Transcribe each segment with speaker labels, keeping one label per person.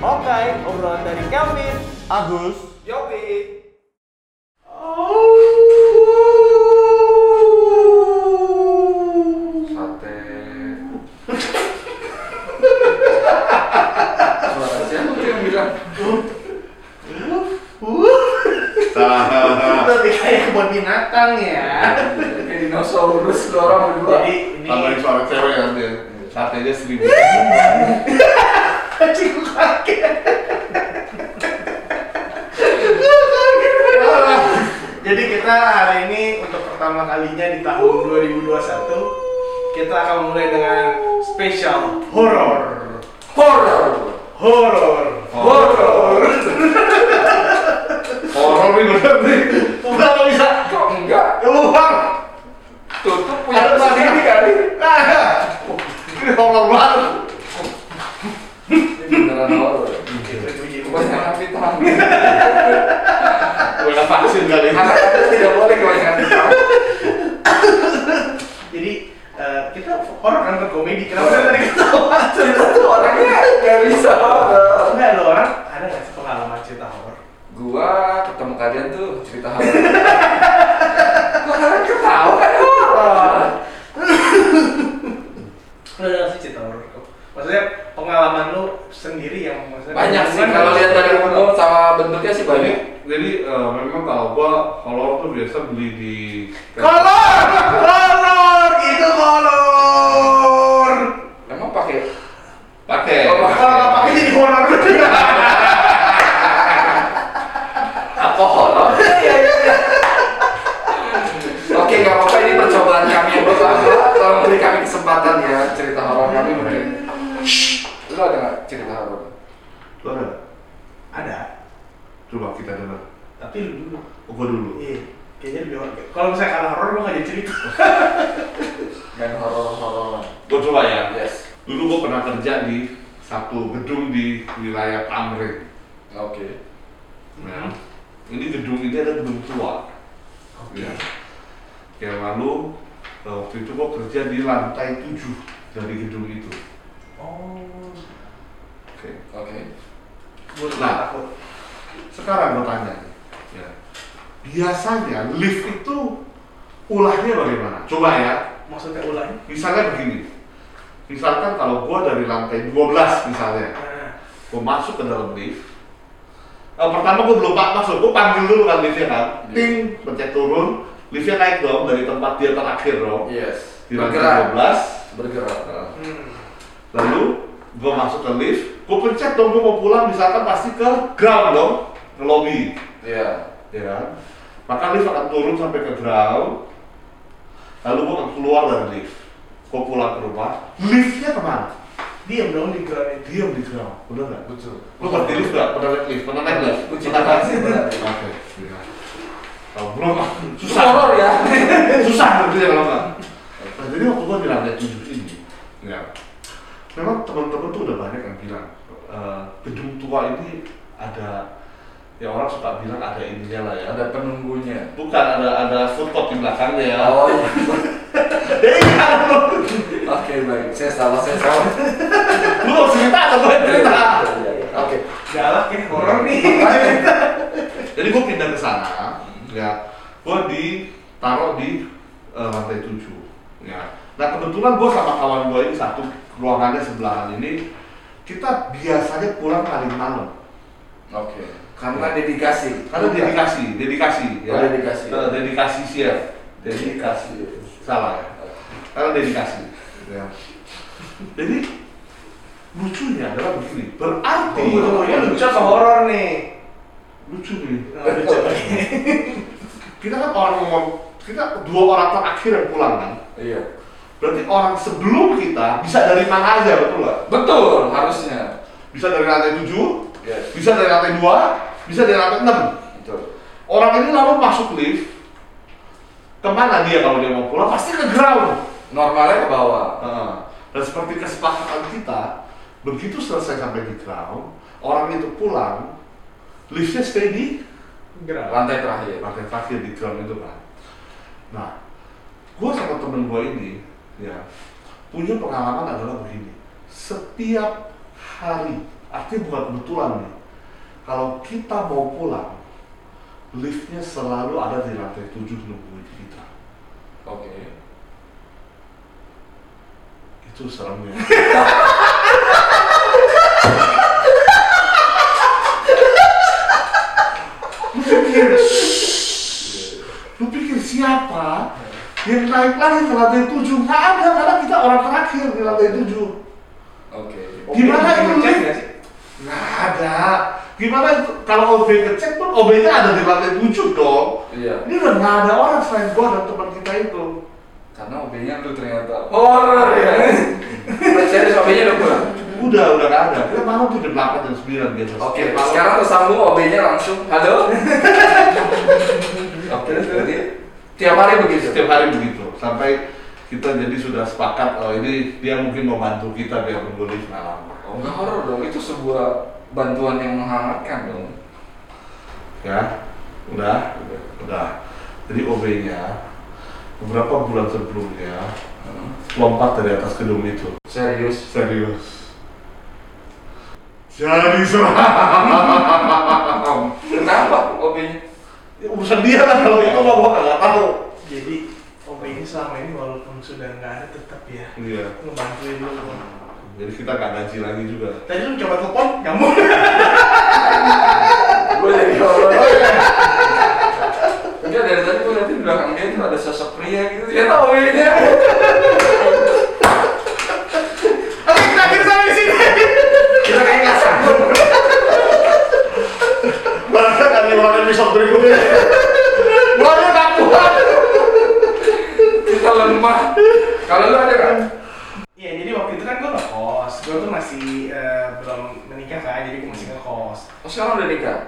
Speaker 1: Oke, obrolan dari Kelvin,
Speaker 2: Agus.
Speaker 1: Yopi.
Speaker 3: Sate. Suara siapa tuh yang bilang?
Speaker 2: Hahaha.
Speaker 1: Berarti kayak kebun binatang ya.
Speaker 3: Kayak dinosaurus lu orang berdua.
Speaker 1: Jadi ini
Speaker 2: Tambahin suara cewek nanti. Satenya seribu.
Speaker 1: kakiku kaget. Jadi kita hari ini untuk pertama kalinya di tahun 2021 kita akan mulai dengan spesial horor.
Speaker 3: Horror.
Speaker 1: Horor. Horor.
Speaker 2: Horor nih bener nih.
Speaker 1: Enggak bisa.
Speaker 3: Kok enggak?
Speaker 1: Keluar.
Speaker 3: Tutup punya lu sendiri kali.
Speaker 2: Ini horor banget.
Speaker 3: Ini beneran horror. Kebanyakan vitamin.
Speaker 2: Gue udah vaksin kali ini.
Speaker 3: Anak-anak tidak boleh kebanyakan vitamin.
Speaker 1: Jadi eh, kita horor kan berkomedi. Kenapa dari tadi ketawa?
Speaker 3: Cerita tuh orangnya nggak bisa horror.
Speaker 1: Enggak ada orang ada nggak sih pengalaman cerita horor?
Speaker 3: Gua ketemu kalian tuh cerita hal. Kok kalian ketawa kan horror?
Speaker 1: Lu ada nggak sih cerita horor? Maksudnya pengalaman lu sendiri yang maksudnya
Speaker 3: Banyak sih
Speaker 1: Gimana?
Speaker 3: kalau lihat dari umur sama bentuknya sih
Speaker 2: Jadi,
Speaker 3: banyak.
Speaker 2: jadi eh, memang kalau gua horor tuh biasa beli di
Speaker 1: Kolor, kolor, itu kolor.
Speaker 3: Emang pakai
Speaker 2: pakai.
Speaker 3: Oh,
Speaker 1: Kalau nggak pakai jadi kolor.
Speaker 3: apa horor?
Speaker 1: Iya,
Speaker 3: Oke, nggak apa-apa ini percobaan kami yang pertama. Tolong beri kami kesempatan ya cerita horor kami mungkin. Lu ada nggak cerita horor?
Speaker 2: Lu ada nggak?
Speaker 1: Ada,
Speaker 2: Coba kita dengar.
Speaker 1: tapi lu dulu.
Speaker 2: Oh, gua dulu.
Speaker 1: Iya, kayaknya lebih horor. Kalau misalnya karena horor gua nggak jadi cerita.
Speaker 3: Main horor-horor.
Speaker 2: Gua coba ya.
Speaker 3: Yes.
Speaker 2: Dulu gua pernah kerja di satu gedung di wilayah Tamrin.
Speaker 3: Oke.
Speaker 2: Nah, ini gedung ini ada gedung tua. Ya. Yang lalu eh, waktu itu gua kerja di lantai 7 dari gedung itu.
Speaker 1: Oh,
Speaker 2: Oke.
Speaker 3: Oke.
Speaker 1: gua
Speaker 2: Nah.
Speaker 1: takut.
Speaker 2: Sekarang gua tanya nih, ya. Biasanya lift itu ulahnya bagaimana? Coba ya.
Speaker 1: Maksudnya ulangi.
Speaker 2: Misalnya begini. Misalkan kalau gua dari lantai 12 misalnya,
Speaker 1: Nah,
Speaker 2: gue masuk ke dalam lift Eh, pertama gue belum pak masuk, gue panggil dulu kan liftnya kan
Speaker 3: Iya.
Speaker 2: ting, pencet turun liftnya naik dong dari tempat dia terakhir dong
Speaker 3: Yes.
Speaker 2: di lantai
Speaker 3: Bergerak.
Speaker 2: 12
Speaker 3: Bergerak.
Speaker 1: hmm.
Speaker 2: lalu gue masuk ke lift, gue pencet dong, gue mau pulang misalkan pasti ke ground dong ke lobby
Speaker 3: Iya.
Speaker 2: ya kan maka lift akan turun sampai ke ground lalu gue akan keluar dari lift gue pulang ke rumah, liftnya kemana?
Speaker 1: Diam dong di ground itu.
Speaker 2: diam di ground, bener nggak?
Speaker 3: Betul.
Speaker 2: Lu pernah lift nggak? Pernah naik lift? Pernah naik nggak?
Speaker 3: Uji
Speaker 2: Pernah
Speaker 3: coba
Speaker 2: naik?
Speaker 3: sih, benar.
Speaker 2: Oke. iya. Kalau belum, ah, susah.
Speaker 3: Horor ya.
Speaker 2: Susah berarti kalau nggak. Nah, jadi waktu gua di lantai tujuh ini, ya, memang teman-teman tuh udah banyak yang bilang eh, gedung tua ini ada ya orang suka bilang ada ininya lah ya.
Speaker 3: Ada penunggunya.
Speaker 2: Bukan ada ada food court di belakangnya ya.
Speaker 3: Oh iya.
Speaker 2: Jadi kan lu,
Speaker 3: Oke baik. Saya salah. Saya salah.
Speaker 2: lu mau cerita atau gue cerita?
Speaker 3: Oke.
Speaker 1: Galak ini horor nih.
Speaker 2: Jadi gua pindah ke sana, ya, gua ditaruh di eh, lantai tujuh, ya. Nah kebetulan gua sama kawan gua ini satu ruangannya sebelahan ini, kita biasanya pulang paling malam.
Speaker 3: Oke. Karena dedikasi.
Speaker 2: Karena dedikasi, dedikasi, ya.
Speaker 3: Oh, dedikasi.
Speaker 2: Eh, dedikasi sih ya. Dedikasi. Salah ya. Karena dedikasi. Ya. Jadi lucunya adalah begini, berarti
Speaker 1: Oh, ini lucu atau horor nih?
Speaker 2: lucu nih.
Speaker 1: Nah, lucu.
Speaker 2: Kita kan orang ngomong, kita dua orang terakhir yang pulang kan.
Speaker 3: Iya.
Speaker 2: Berarti orang sebelum kita bisa dari mana aja betul nggak?
Speaker 3: Betul, harusnya. Ya,
Speaker 2: Bisa dari lantai 7,
Speaker 3: Yes.
Speaker 2: bisa dari lantai 2, bisa dari lantai 6.
Speaker 3: Betul.
Speaker 2: Orang ini lalu masuk lift. Kemana dia kalau dia mau pulang? Pasti ke ground.
Speaker 3: Normalnya ke bawah.
Speaker 2: Heeh. Dan seperti kesepakatan kita, begitu selesai sampai di ground, orang itu pulang, liftnya stay di
Speaker 1: Gerak.
Speaker 3: Lantai terakhir.
Speaker 2: pakai terakhir di ground itu kan. Nah, gue sama temen gue ini, ya, punya pengalaman adalah begini. Setiap hari Artinya bukan kebetulan nih. Kalau kita mau pulang, liftnya selalu ada di lantai 7 nungguin kita.
Speaker 3: Oke.
Speaker 2: Itu seremnya. lu pikir, lu pikir siapa yang naik lagi ke lantai 7? Nggak ada, karena kita orang terakhir di lantai 7.
Speaker 3: Oke.
Speaker 2: Gimana itu,
Speaker 1: Cek
Speaker 2: Lin?
Speaker 1: nggak sih?
Speaker 2: Nggak ada. Gimana itu? kalau OB ngecek pun OB-nya ada di lantai 7 dong.
Speaker 3: Iya.
Speaker 2: Ini udah nggak ada orang selain gua dan teman kita itu.
Speaker 3: Karena OB-nya lu ternyata horror ya. Serius OB-nya udah pulang.
Speaker 2: Udah, udah nggak ada. Kita malam tuh jam 8 jam 9 biasa.
Speaker 3: Oke,
Speaker 2: Malam.
Speaker 3: sekarang tersambung OB-nya langsung. Halo. Oke, berarti tiap hari begitu.
Speaker 2: setiap hari begitu sampai kita jadi sudah sepakat oh ini dia mungkin mau bantu kita biar nunggu lift nggak lama.
Speaker 3: Oh, enggak horor dong, itu sebuah bantuan yang menghangatkan dong.
Speaker 2: Ya, udah, udah. Jadi OB-nya beberapa bulan sebelumnya lompat dari atas gedung itu.
Speaker 3: Serius.
Speaker 2: Serius. Jadi seram.
Speaker 3: Kenapa OB-nya?
Speaker 2: Ya, urusan dia lah kalau itu mah gua nggak tahu.
Speaker 1: Jadi Om ini selama ini walaupun sudah nggak ada tetap ya
Speaker 2: Iya.
Speaker 1: ngebantuin lu.
Speaker 2: Jadi kita nggak gaji lagi juga.
Speaker 1: Tadi lu coba telepon, nggak mau.
Speaker 3: Gue jadi horor. Enggak dari tadi gue liatin belakang dia tuh ada sosok pria gitu. Ternyata OB-nya.
Speaker 1: Oke, Nah, kita akhirnya sampai di sini.
Speaker 3: Kita kayak nggak sanggup.
Speaker 2: Bahkan nggak ngelawan episode berikutnya. Gua aja nggak kuat.
Speaker 3: Kita lemah. Kalau lu ada kan?
Speaker 1: Iya, jadi waktu itu kan gue ngekos. Gue tuh masih eh, belum menikah kan, jadi gue masih ngekos.
Speaker 3: Oh sekarang udah nikah?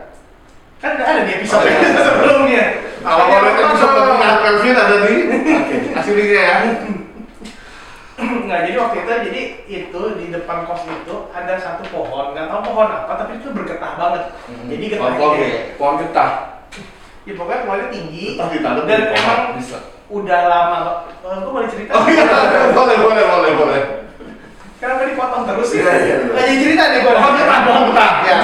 Speaker 1: Kan nggak ada di episode
Speaker 3: Oh, iya.
Speaker 1: yang sebelumnya.
Speaker 2: Kalau mau lihat kan episode pernikahan Kelvin ada di
Speaker 3: Oke.
Speaker 2: aslinya ya.
Speaker 1: Nggak, jadi waktu itu jadi itu di depan kos itu ada satu pohon, nggak tahu pohon apa, tapi itu bergetah banget.
Speaker 3: Hmm,
Speaker 1: Jadi
Speaker 2: pohon
Speaker 1: getahnya,
Speaker 2: ya.
Speaker 3: Pohon getah.
Speaker 1: ya pokoknya pohonnya tinggi.
Speaker 2: Getah ditanam
Speaker 1: Dan
Speaker 2: di pohon.
Speaker 1: emang
Speaker 3: Bisa.
Speaker 1: udah lama. Eh, gue boleh cerita?
Speaker 2: Oh iya, boleh boleh boleh boleh.
Speaker 1: Karena gue dipotong terus ya.
Speaker 3: Iya, iya.
Speaker 1: Nggak jadi cerita nih gue.
Speaker 2: Pohon kita, pohon kita. Ya.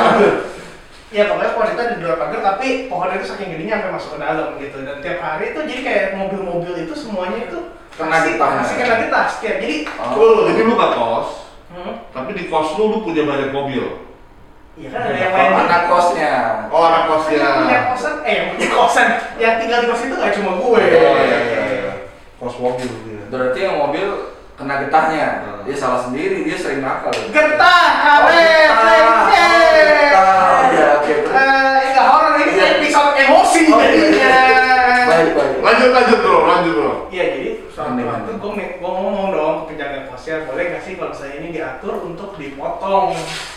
Speaker 1: Ya pokoknya pohon itu ada di luar pagar tapi pohonnya itu saking gedenya sampai masuk ke dalam gitu dan tiap hari itu jadi kayak mobil-mobil itu semuanya itu
Speaker 3: Kena
Speaker 1: pasti
Speaker 3: getah.
Speaker 1: pasti kena getah setiap jadi
Speaker 2: Oh, jadi lu nggak kos,
Speaker 1: hmm,
Speaker 2: tapi di kos lu lu punya banyak mobil.
Speaker 1: ya kan ada yang lain
Speaker 3: Anak kosnya.
Speaker 2: Oh, anak
Speaker 1: Kan
Speaker 3: ya?
Speaker 1: yang punya
Speaker 2: kosnya.
Speaker 1: kosan eh yang punya kosan yang tinggal di kos itu gak cuma gue
Speaker 2: Oh, iya, iya, iya. Kos mobil iya. dia.
Speaker 3: Berarti yang mobil kena getahnya.
Speaker 2: Hmm.
Speaker 3: Dia salah sendiri, dia sering nakal.
Speaker 1: getah
Speaker 3: Oh,
Speaker 1: abe
Speaker 3: getah. Oh, getah. Ya, oke.
Speaker 1: enggak horor Eh, ini
Speaker 3: Iya.
Speaker 1: episode emosi
Speaker 3: Oh, iya.
Speaker 1: jadinya
Speaker 3: Baik, baik.
Speaker 2: Lanjut lanjut bro, lanjut bro.
Speaker 1: Iya jadi suatu
Speaker 3: Mendingan.
Speaker 1: waktu gue ngomong dong ke penjaga kosnya boleh nggak sih kalau saya ini diatur untuk dipotong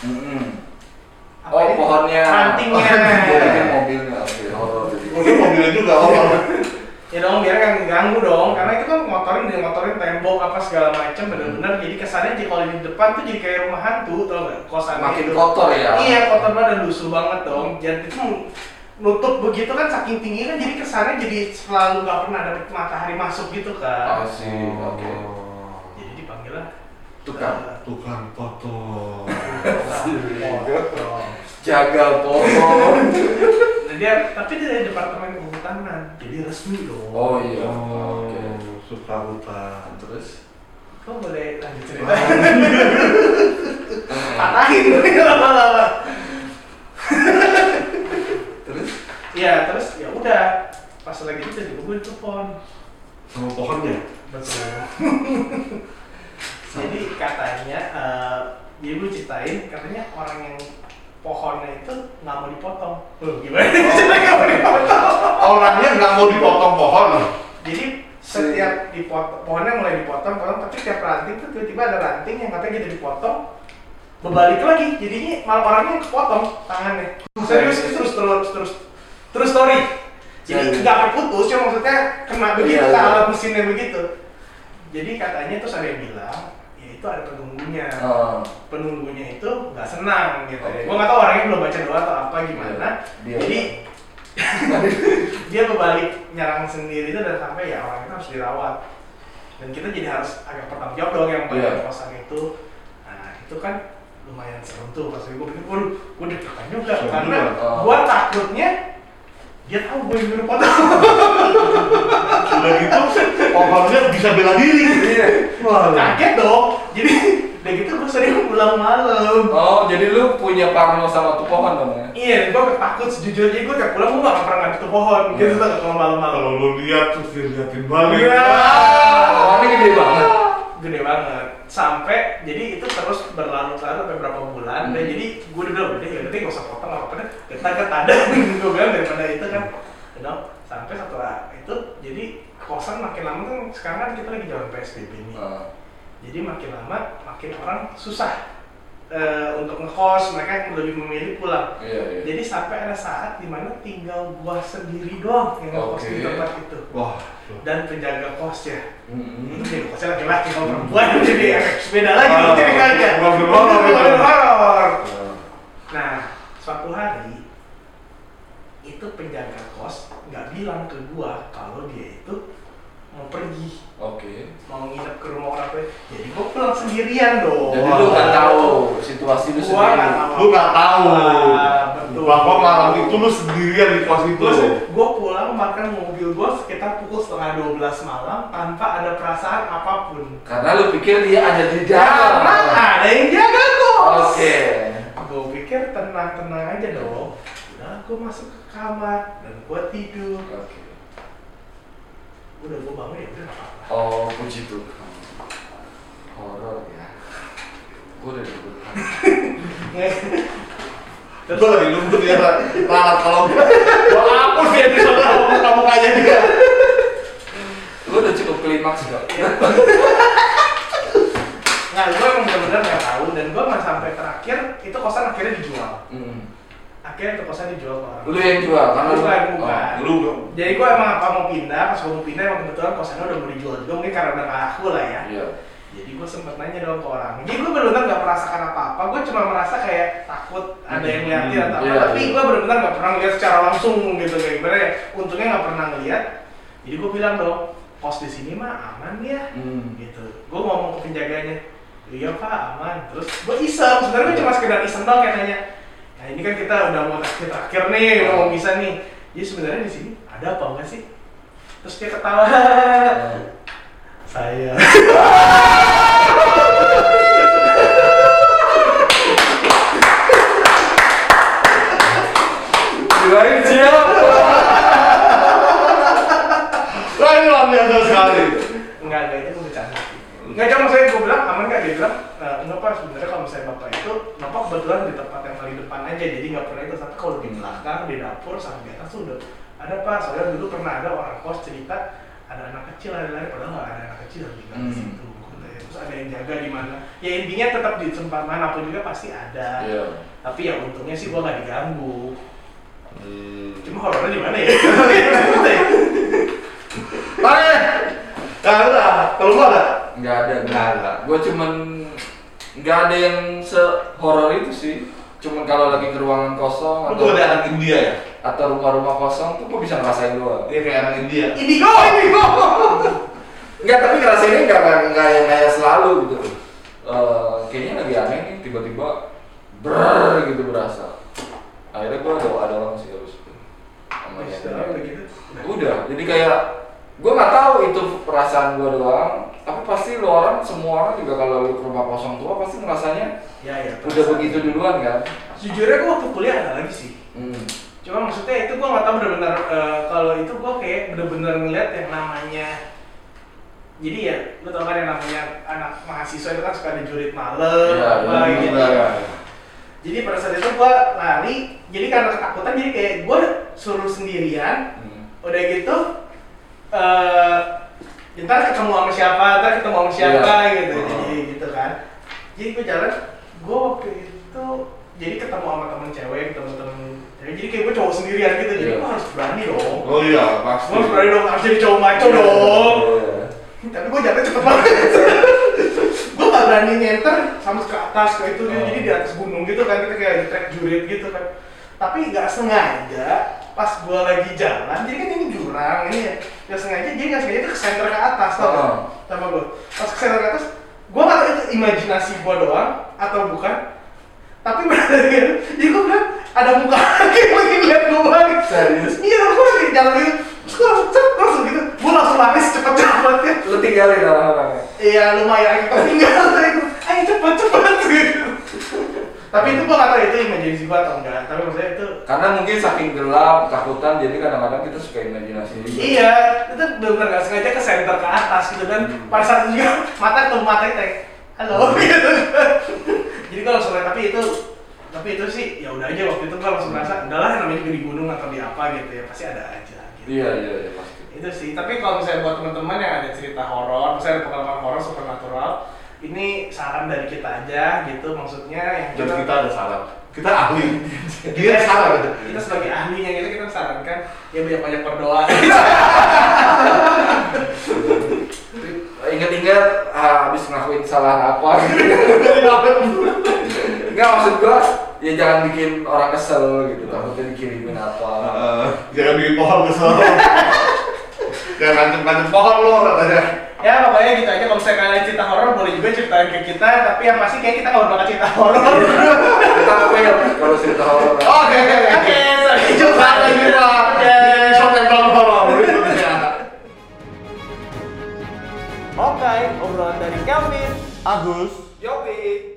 Speaker 3: Mm-mm.
Speaker 1: Apa
Speaker 3: Oh,
Speaker 1: ini?
Speaker 3: pohonnya. Oh,
Speaker 1: rantingnya Oh,
Speaker 3: Mobilnya, iya, mobilnya. Oke, horor jadi.
Speaker 2: Mungkin mobilnya juga oh, iya. orang.
Speaker 1: ya dong biar kan ganggu dong karena itu kan motorin dia motorin tembok apa segala macem bener-bener jadi kesannya jadi kalau di depan tuh jadi kayak rumah hantu tau nggak kosan
Speaker 3: Makin
Speaker 1: gitu.
Speaker 3: kotor ya.
Speaker 1: iya kotor banget dan lusuh banget dong jadi itu nutup begitu kan saking tinggi kan jadi kesannya jadi selalu nggak pernah dapet matahari masuk gitu kan
Speaker 3: Asik, Ah, oke.
Speaker 2: Oh.
Speaker 1: jadi dipanggil lah
Speaker 3: Tukang.
Speaker 1: eh,
Speaker 2: Tukang foto.
Speaker 1: Nah, motor.
Speaker 3: Jaga pohon.
Speaker 1: Nah, dia tapi dia dari departemen kehutanan jadi resmi dong
Speaker 3: Oh iya.
Speaker 2: Oh,
Speaker 3: Oke.
Speaker 2: suka hutan.
Speaker 3: Terus?
Speaker 1: Kau boleh lanjut cerita? Patahin lama-lama.
Speaker 3: Terus?
Speaker 1: Ya terus ya udah pas lagi itu tiba gue telepon.
Speaker 2: Sama pohonnya.
Speaker 1: Betul. Jadi katanya, eh jadi gue ceritain katanya orang yang pohonnya itu nggak mau dipotong. Loh, gimana? Ceritanya nggak mau dipotong.
Speaker 2: Orangnya nggak mau dipotong pohon.
Speaker 1: Jadi setiap dipotong, pohonnya mulai dipotong, potong, tapi setiap ranting tuh tiba-tiba ada ranting yang katanya gitu dipotong, berbalik lagi, jadinya malah orangnya yang kepotong tangannya. Serius
Speaker 3: Iya,
Speaker 1: itu terus terus terus terus story. Jadi
Speaker 3: Serius.
Speaker 1: nggak sampai putus, cuma maksudnya kena begitu,
Speaker 3: Iya,
Speaker 1: ke
Speaker 3: iya.
Speaker 1: alat mesinnya begitu. Jadi katanya terus ada yang bilang, ya itu ada penunggunya.
Speaker 3: Oh,
Speaker 1: Penunggunya itu nggak senang gitu.
Speaker 3: Oke.
Speaker 1: ya. Gua nggak tahu orangnya belum baca doa atau apa gimana.
Speaker 3: Iya.
Speaker 1: Jadi dia berbalik nyerang sendiri itu dan sampai ya orang itu harus dirawat dan kita jadi harus agak bertanggung jawab dong yang punya
Speaker 3: Iya.
Speaker 1: kosan itu nah itu kan lumayan serem tuh pas gue pikir waduh gue deg-degan juga
Speaker 2: Serem
Speaker 1: karena
Speaker 2: juga.
Speaker 3: Oh.
Speaker 1: gue takutnya dia tahu gue yang minum potong
Speaker 2: Udah gitu, pohonnya bisa bela diri.
Speaker 3: Iya.
Speaker 2: Wah,
Speaker 1: kaget dong jadi dari gitu gue sering pulang malam
Speaker 3: Oh, jadi lu punya parno sama tuh pohon dong ya?
Speaker 1: Iya, gue takut sejujurnya gue tiap pulang gue gak pernah ngambil tuh pohon gitu tuh kalau malam-malam.
Speaker 2: Kalau lu lihat terus diliatin balik.
Speaker 1: Iya.
Speaker 3: Pohonnya gede banget.
Speaker 1: Gede banget. Sampai jadi itu terus berlarut-larut beberapa bulan. Dan jadi gue udah bilang udah ya nanti gak usah potong apa apa deh. Kita ke tanda gue bilang daripada itu kan. You know? Sampai setelah itu jadi kosan makin lama kan sekarang kan kita lagi jalan PSBB nih.
Speaker 3: Ah.
Speaker 1: Jadi makin lama makin orang susah eh, untuk ngekos. Mereka lebih memilih pulang.
Speaker 3: Iya, iya.
Speaker 1: Jadi sampai ada saat dimana tinggal gua sendiri doang yang ngekos di
Speaker 3: Oke.
Speaker 1: tempat itu
Speaker 2: Wah,
Speaker 1: dan penjaga kosnya.
Speaker 3: Mm-mm.
Speaker 1: Itu dia kosnya laki-laki kalau perempuan jadi efek beda
Speaker 3: Oh,
Speaker 1: lagi
Speaker 2: Ah,
Speaker 1: mungkin aja.
Speaker 2: keluarga horor gitu.
Speaker 1: Nah, suatu hari itu penjaga kos nggak bilang ke gua kalau dia itu mau pergi
Speaker 3: Oke.
Speaker 1: mau nginep ke rumah orang tua jadi gua pulang sendirian dong
Speaker 3: Jadi lu nggak tahu situasi lu
Speaker 1: gua nggak
Speaker 3: sendiri.
Speaker 1: tahu
Speaker 2: lu nggak tahu
Speaker 1: Ah, betul.
Speaker 2: bahwa malam itu lu sendirian di kos itu.
Speaker 1: Terus gue pulang makan mobil gue sekitar pukul setengah 12 malam tanpa ada perasaan apapun.
Speaker 3: Karena lu pikir dia ada di dalam.
Speaker 1: Karena ada yang jaga gue.
Speaker 3: Oke.
Speaker 1: Gue pikir tenang-tenang aja dong. Udah gue masuk ke kamar dan gue tidur.
Speaker 3: Oke.
Speaker 1: Udah gue bangun ya udah nggak apa-apa.
Speaker 3: Oh, puji Tuhan. Horor ya. Gue udah deg-degan.
Speaker 2: Gue lagi nunggu dia lalat kalau gua Gua hapus dia di sana kamu kayaknya dia.
Speaker 3: Lu udah cukup klimaks dong.
Speaker 1: Nah gue emang bener-bener nggak tahu dan gue nggak sampai terakhir itu kosan akhirnya dijual.
Speaker 3: Mm.
Speaker 1: Akhirnya itu kosan dijual ke orang.
Speaker 3: Lu yang jual karena lu.
Speaker 1: Bukan, bukan.
Speaker 3: Oh.
Speaker 2: Lu
Speaker 1: Jadi gue emang apa mau pindah, pas gue mau pindah emang kebetulan kosannya udah mau dijual juga mungkin karena udah nggak aku lah ya.
Speaker 3: Iya.
Speaker 1: jadi gue sempet nanya dong ke orang jadi gue benar-benar nggak merasakan apa-apa gue cuma merasa kayak takut ada yang ngeliatin atau apa
Speaker 3: Iya,
Speaker 1: tapi
Speaker 3: iya.
Speaker 1: gue benar-benar nggak pernah ngeliat secara langsung gitu kayak gimana ya untungnya nggak pernah ngeliat jadi gue bilang dong kos di sini mah aman ya
Speaker 3: Hmm.
Speaker 1: gitu gue ngomong ke penjaganya iya pak aman terus gue iseng sebenarnya gue cuma sekedar iseng doang kayak nanya nah ini kan kita udah mau terakhir terakhir nih udah mau bisa nih jadi sebenarnya di sini ada apa enggak sih terus dia ketawa saya
Speaker 3: Jualin siapa?
Speaker 2: Lah, ini luar biasa sekali.
Speaker 1: Enggak, enggak itu gue bercanda Enggak, cuma saya gue bilang aman nggak? Dia bilang, "Eh, enggak pak, sebenarnya kalau misalnya bapak itu Bapak kebetulan di tempat yang paling depan aja Jadi nggak pernah itu, tapi kalau di belakang, di dapur, sama di atas tuh udah Ada pak, soalnya dulu pernah ada orang kos cerita Ada anak kecil lari-lari, padahal nggak ada anak kecil yang tinggal di
Speaker 3: Hmm.
Speaker 1: situ Gua tanya, Terus ada yang jaga di mana Ya intinya tetap di tempat manapun juga pasti ada
Speaker 3: Iya.
Speaker 1: Tapi ya untungnya sih gue nggak diganggu
Speaker 2: Hmm.
Speaker 1: Cuma horornya di mana ya?
Speaker 2: Tanya. Nggak ada. Kalau lu ada?
Speaker 3: Nggak ada.
Speaker 2: Nggak ada.
Speaker 3: Gue cuman nggak ada yang sehoror itu sih. Cuman kalau lagi ke ruangan kosong
Speaker 2: Lu
Speaker 3: atau
Speaker 2: Kan ada anak India ya?
Speaker 3: atau rumah-rumah kosong tuh gue bisa ngerasain doang.
Speaker 2: Dia kayak anak India.
Speaker 1: Indigo,
Speaker 3: Oh,
Speaker 1: indigo!
Speaker 3: Enggak, tapi ngerasainnya nggak nggak nggak yang kayak selalu gitu. Eh, kayaknya lagi aneh nih tiba-tiba ber gitu berasa. Akhirnya gue ada ada orang sih harus. Sama
Speaker 1: Wih,
Speaker 3: yang-
Speaker 1: sudah lama begitu.
Speaker 3: iya, Udah, jadi kayak gue nggak tahu itu perasaan gue doang. Tapi pasti lu orang semua orang juga kalau lu ke rumah kosong tua pasti ngerasanya
Speaker 1: Ya, ya.
Speaker 3: udah begitu duluan kan.
Speaker 1: Sejujurnya gue waktu kuliah ada lagi sih.
Speaker 3: Hmm.
Speaker 1: Cuma maksudnya itu gue nggak tahu benar-benar eh, kalau itu gue kayak benar-benar ngeliat yang namanya. Jadi ya, lu tau kan yang namanya anak mahasiswa itu kan suka ada jurit malam,
Speaker 3: Iya,
Speaker 1: apa
Speaker 3: iya,
Speaker 1: gitu.
Speaker 3: iya.
Speaker 1: Jadi pada saat itu gue lari, jadi karena ketakutan jadi kayak gue suruh sendirian,
Speaker 3: Hmm.
Speaker 1: udah gitu eh ntar ketemu sama siapa ntar ketemu sama siapa
Speaker 3: Iya.
Speaker 1: gitu
Speaker 3: Oh.
Speaker 1: jadi gitu kan jadi gue jalan gue waktu itu jadi ketemu sama temen cewek ketemu temen cewek jadi kayak gue cowok sendirian gitu jadi
Speaker 3: Iya.
Speaker 1: gue harus berani dong
Speaker 2: Oh iya,
Speaker 1: gue
Speaker 2: pasti.
Speaker 1: harus berani dong harus jadi cowok maco
Speaker 3: Iya.
Speaker 1: dong tapi gue jatuh cepet banget gue gak berani nyenter sama ke atas ke itu gitu.
Speaker 3: Oh.
Speaker 1: jadi di atas gunung gitu kan kita kayak di trek jurit gitu kan tapi nggak sengaja pas gue lagi jalan jadi kan ini jurang ini ya nggak sengaja jadi nggak sengaja itu ke center ke atas tau
Speaker 3: Oh.
Speaker 1: gak sama gue pas ke center ke atas gue nggak tahu itu imajinasi gue doang atau bukan tapi benar jadi gue bilang ada muka lagi lagi lihat gue balik
Speaker 3: Serius?
Speaker 1: iya gue lagi jalan gitu terus gue langsung cet, langsung gitu gue langsung nangis cepet cepet ya
Speaker 3: Lu tinggalin ya? orang-orangnya.
Speaker 1: iya lumayan aku tinggal tadi gue ayo cepet cepet gitu tapi itu gue nggak tahu itu imajinasi gue atau enggak tapi maksudnya itu
Speaker 3: Karena mungkin saking gelap, takutan, jadi kadang-kadang kita suka imajinasi juga.
Speaker 1: iya itu benar nggak sengaja ke center ke atas gitu kan pada saat itu juga mata ketemu mata kita kayak, halo gitu jadi gue langsung lihat, tapi itu tapi itu sih ya udah aja waktu itu gue langsung merasa udahlah namanya juga di gunung atau di apa gitu ya pasti ada aja gitu.
Speaker 3: Iya, iya, iya pasti.
Speaker 1: itu sih tapi kalau misalnya buat teman-teman yang ada cerita horor misalnya ada pengalaman horor supernatural ini saran dari kita aja gitu maksudnya yang
Speaker 2: Dan kita ada saran. Kita ahli.
Speaker 1: kita-
Speaker 2: Dia saran.
Speaker 1: kita sebagai ahlinya gitu kita sarankan ya banyak-banyak berdoa
Speaker 3: Ingat-ingat ah, habis ngelakuin salah apa gitu. Enggak maksud gua ya jangan bikin orang kesel gitu takutnya dikirimin apa
Speaker 2: Eh, Jangan bikin pohon kesel. Jangan ngancem-ngancem pohon lo katanya.
Speaker 1: ya pokoknya gitu aja kalau misalnya kalian cerita horor boleh juga ceritain ke kita tapi yang pasti kayak kita nggak bakal cerita horor
Speaker 3: kita fail kalau cerita horor
Speaker 2: Oke, oke,
Speaker 1: oke
Speaker 2: oke.
Speaker 1: sampai jumpa lagi Pak.
Speaker 2: Di
Speaker 1: Oke.
Speaker 2: shop yang belum horor. Berikutnya.
Speaker 1: Oke, obrolan dari Kelvin, Agus, Yopi.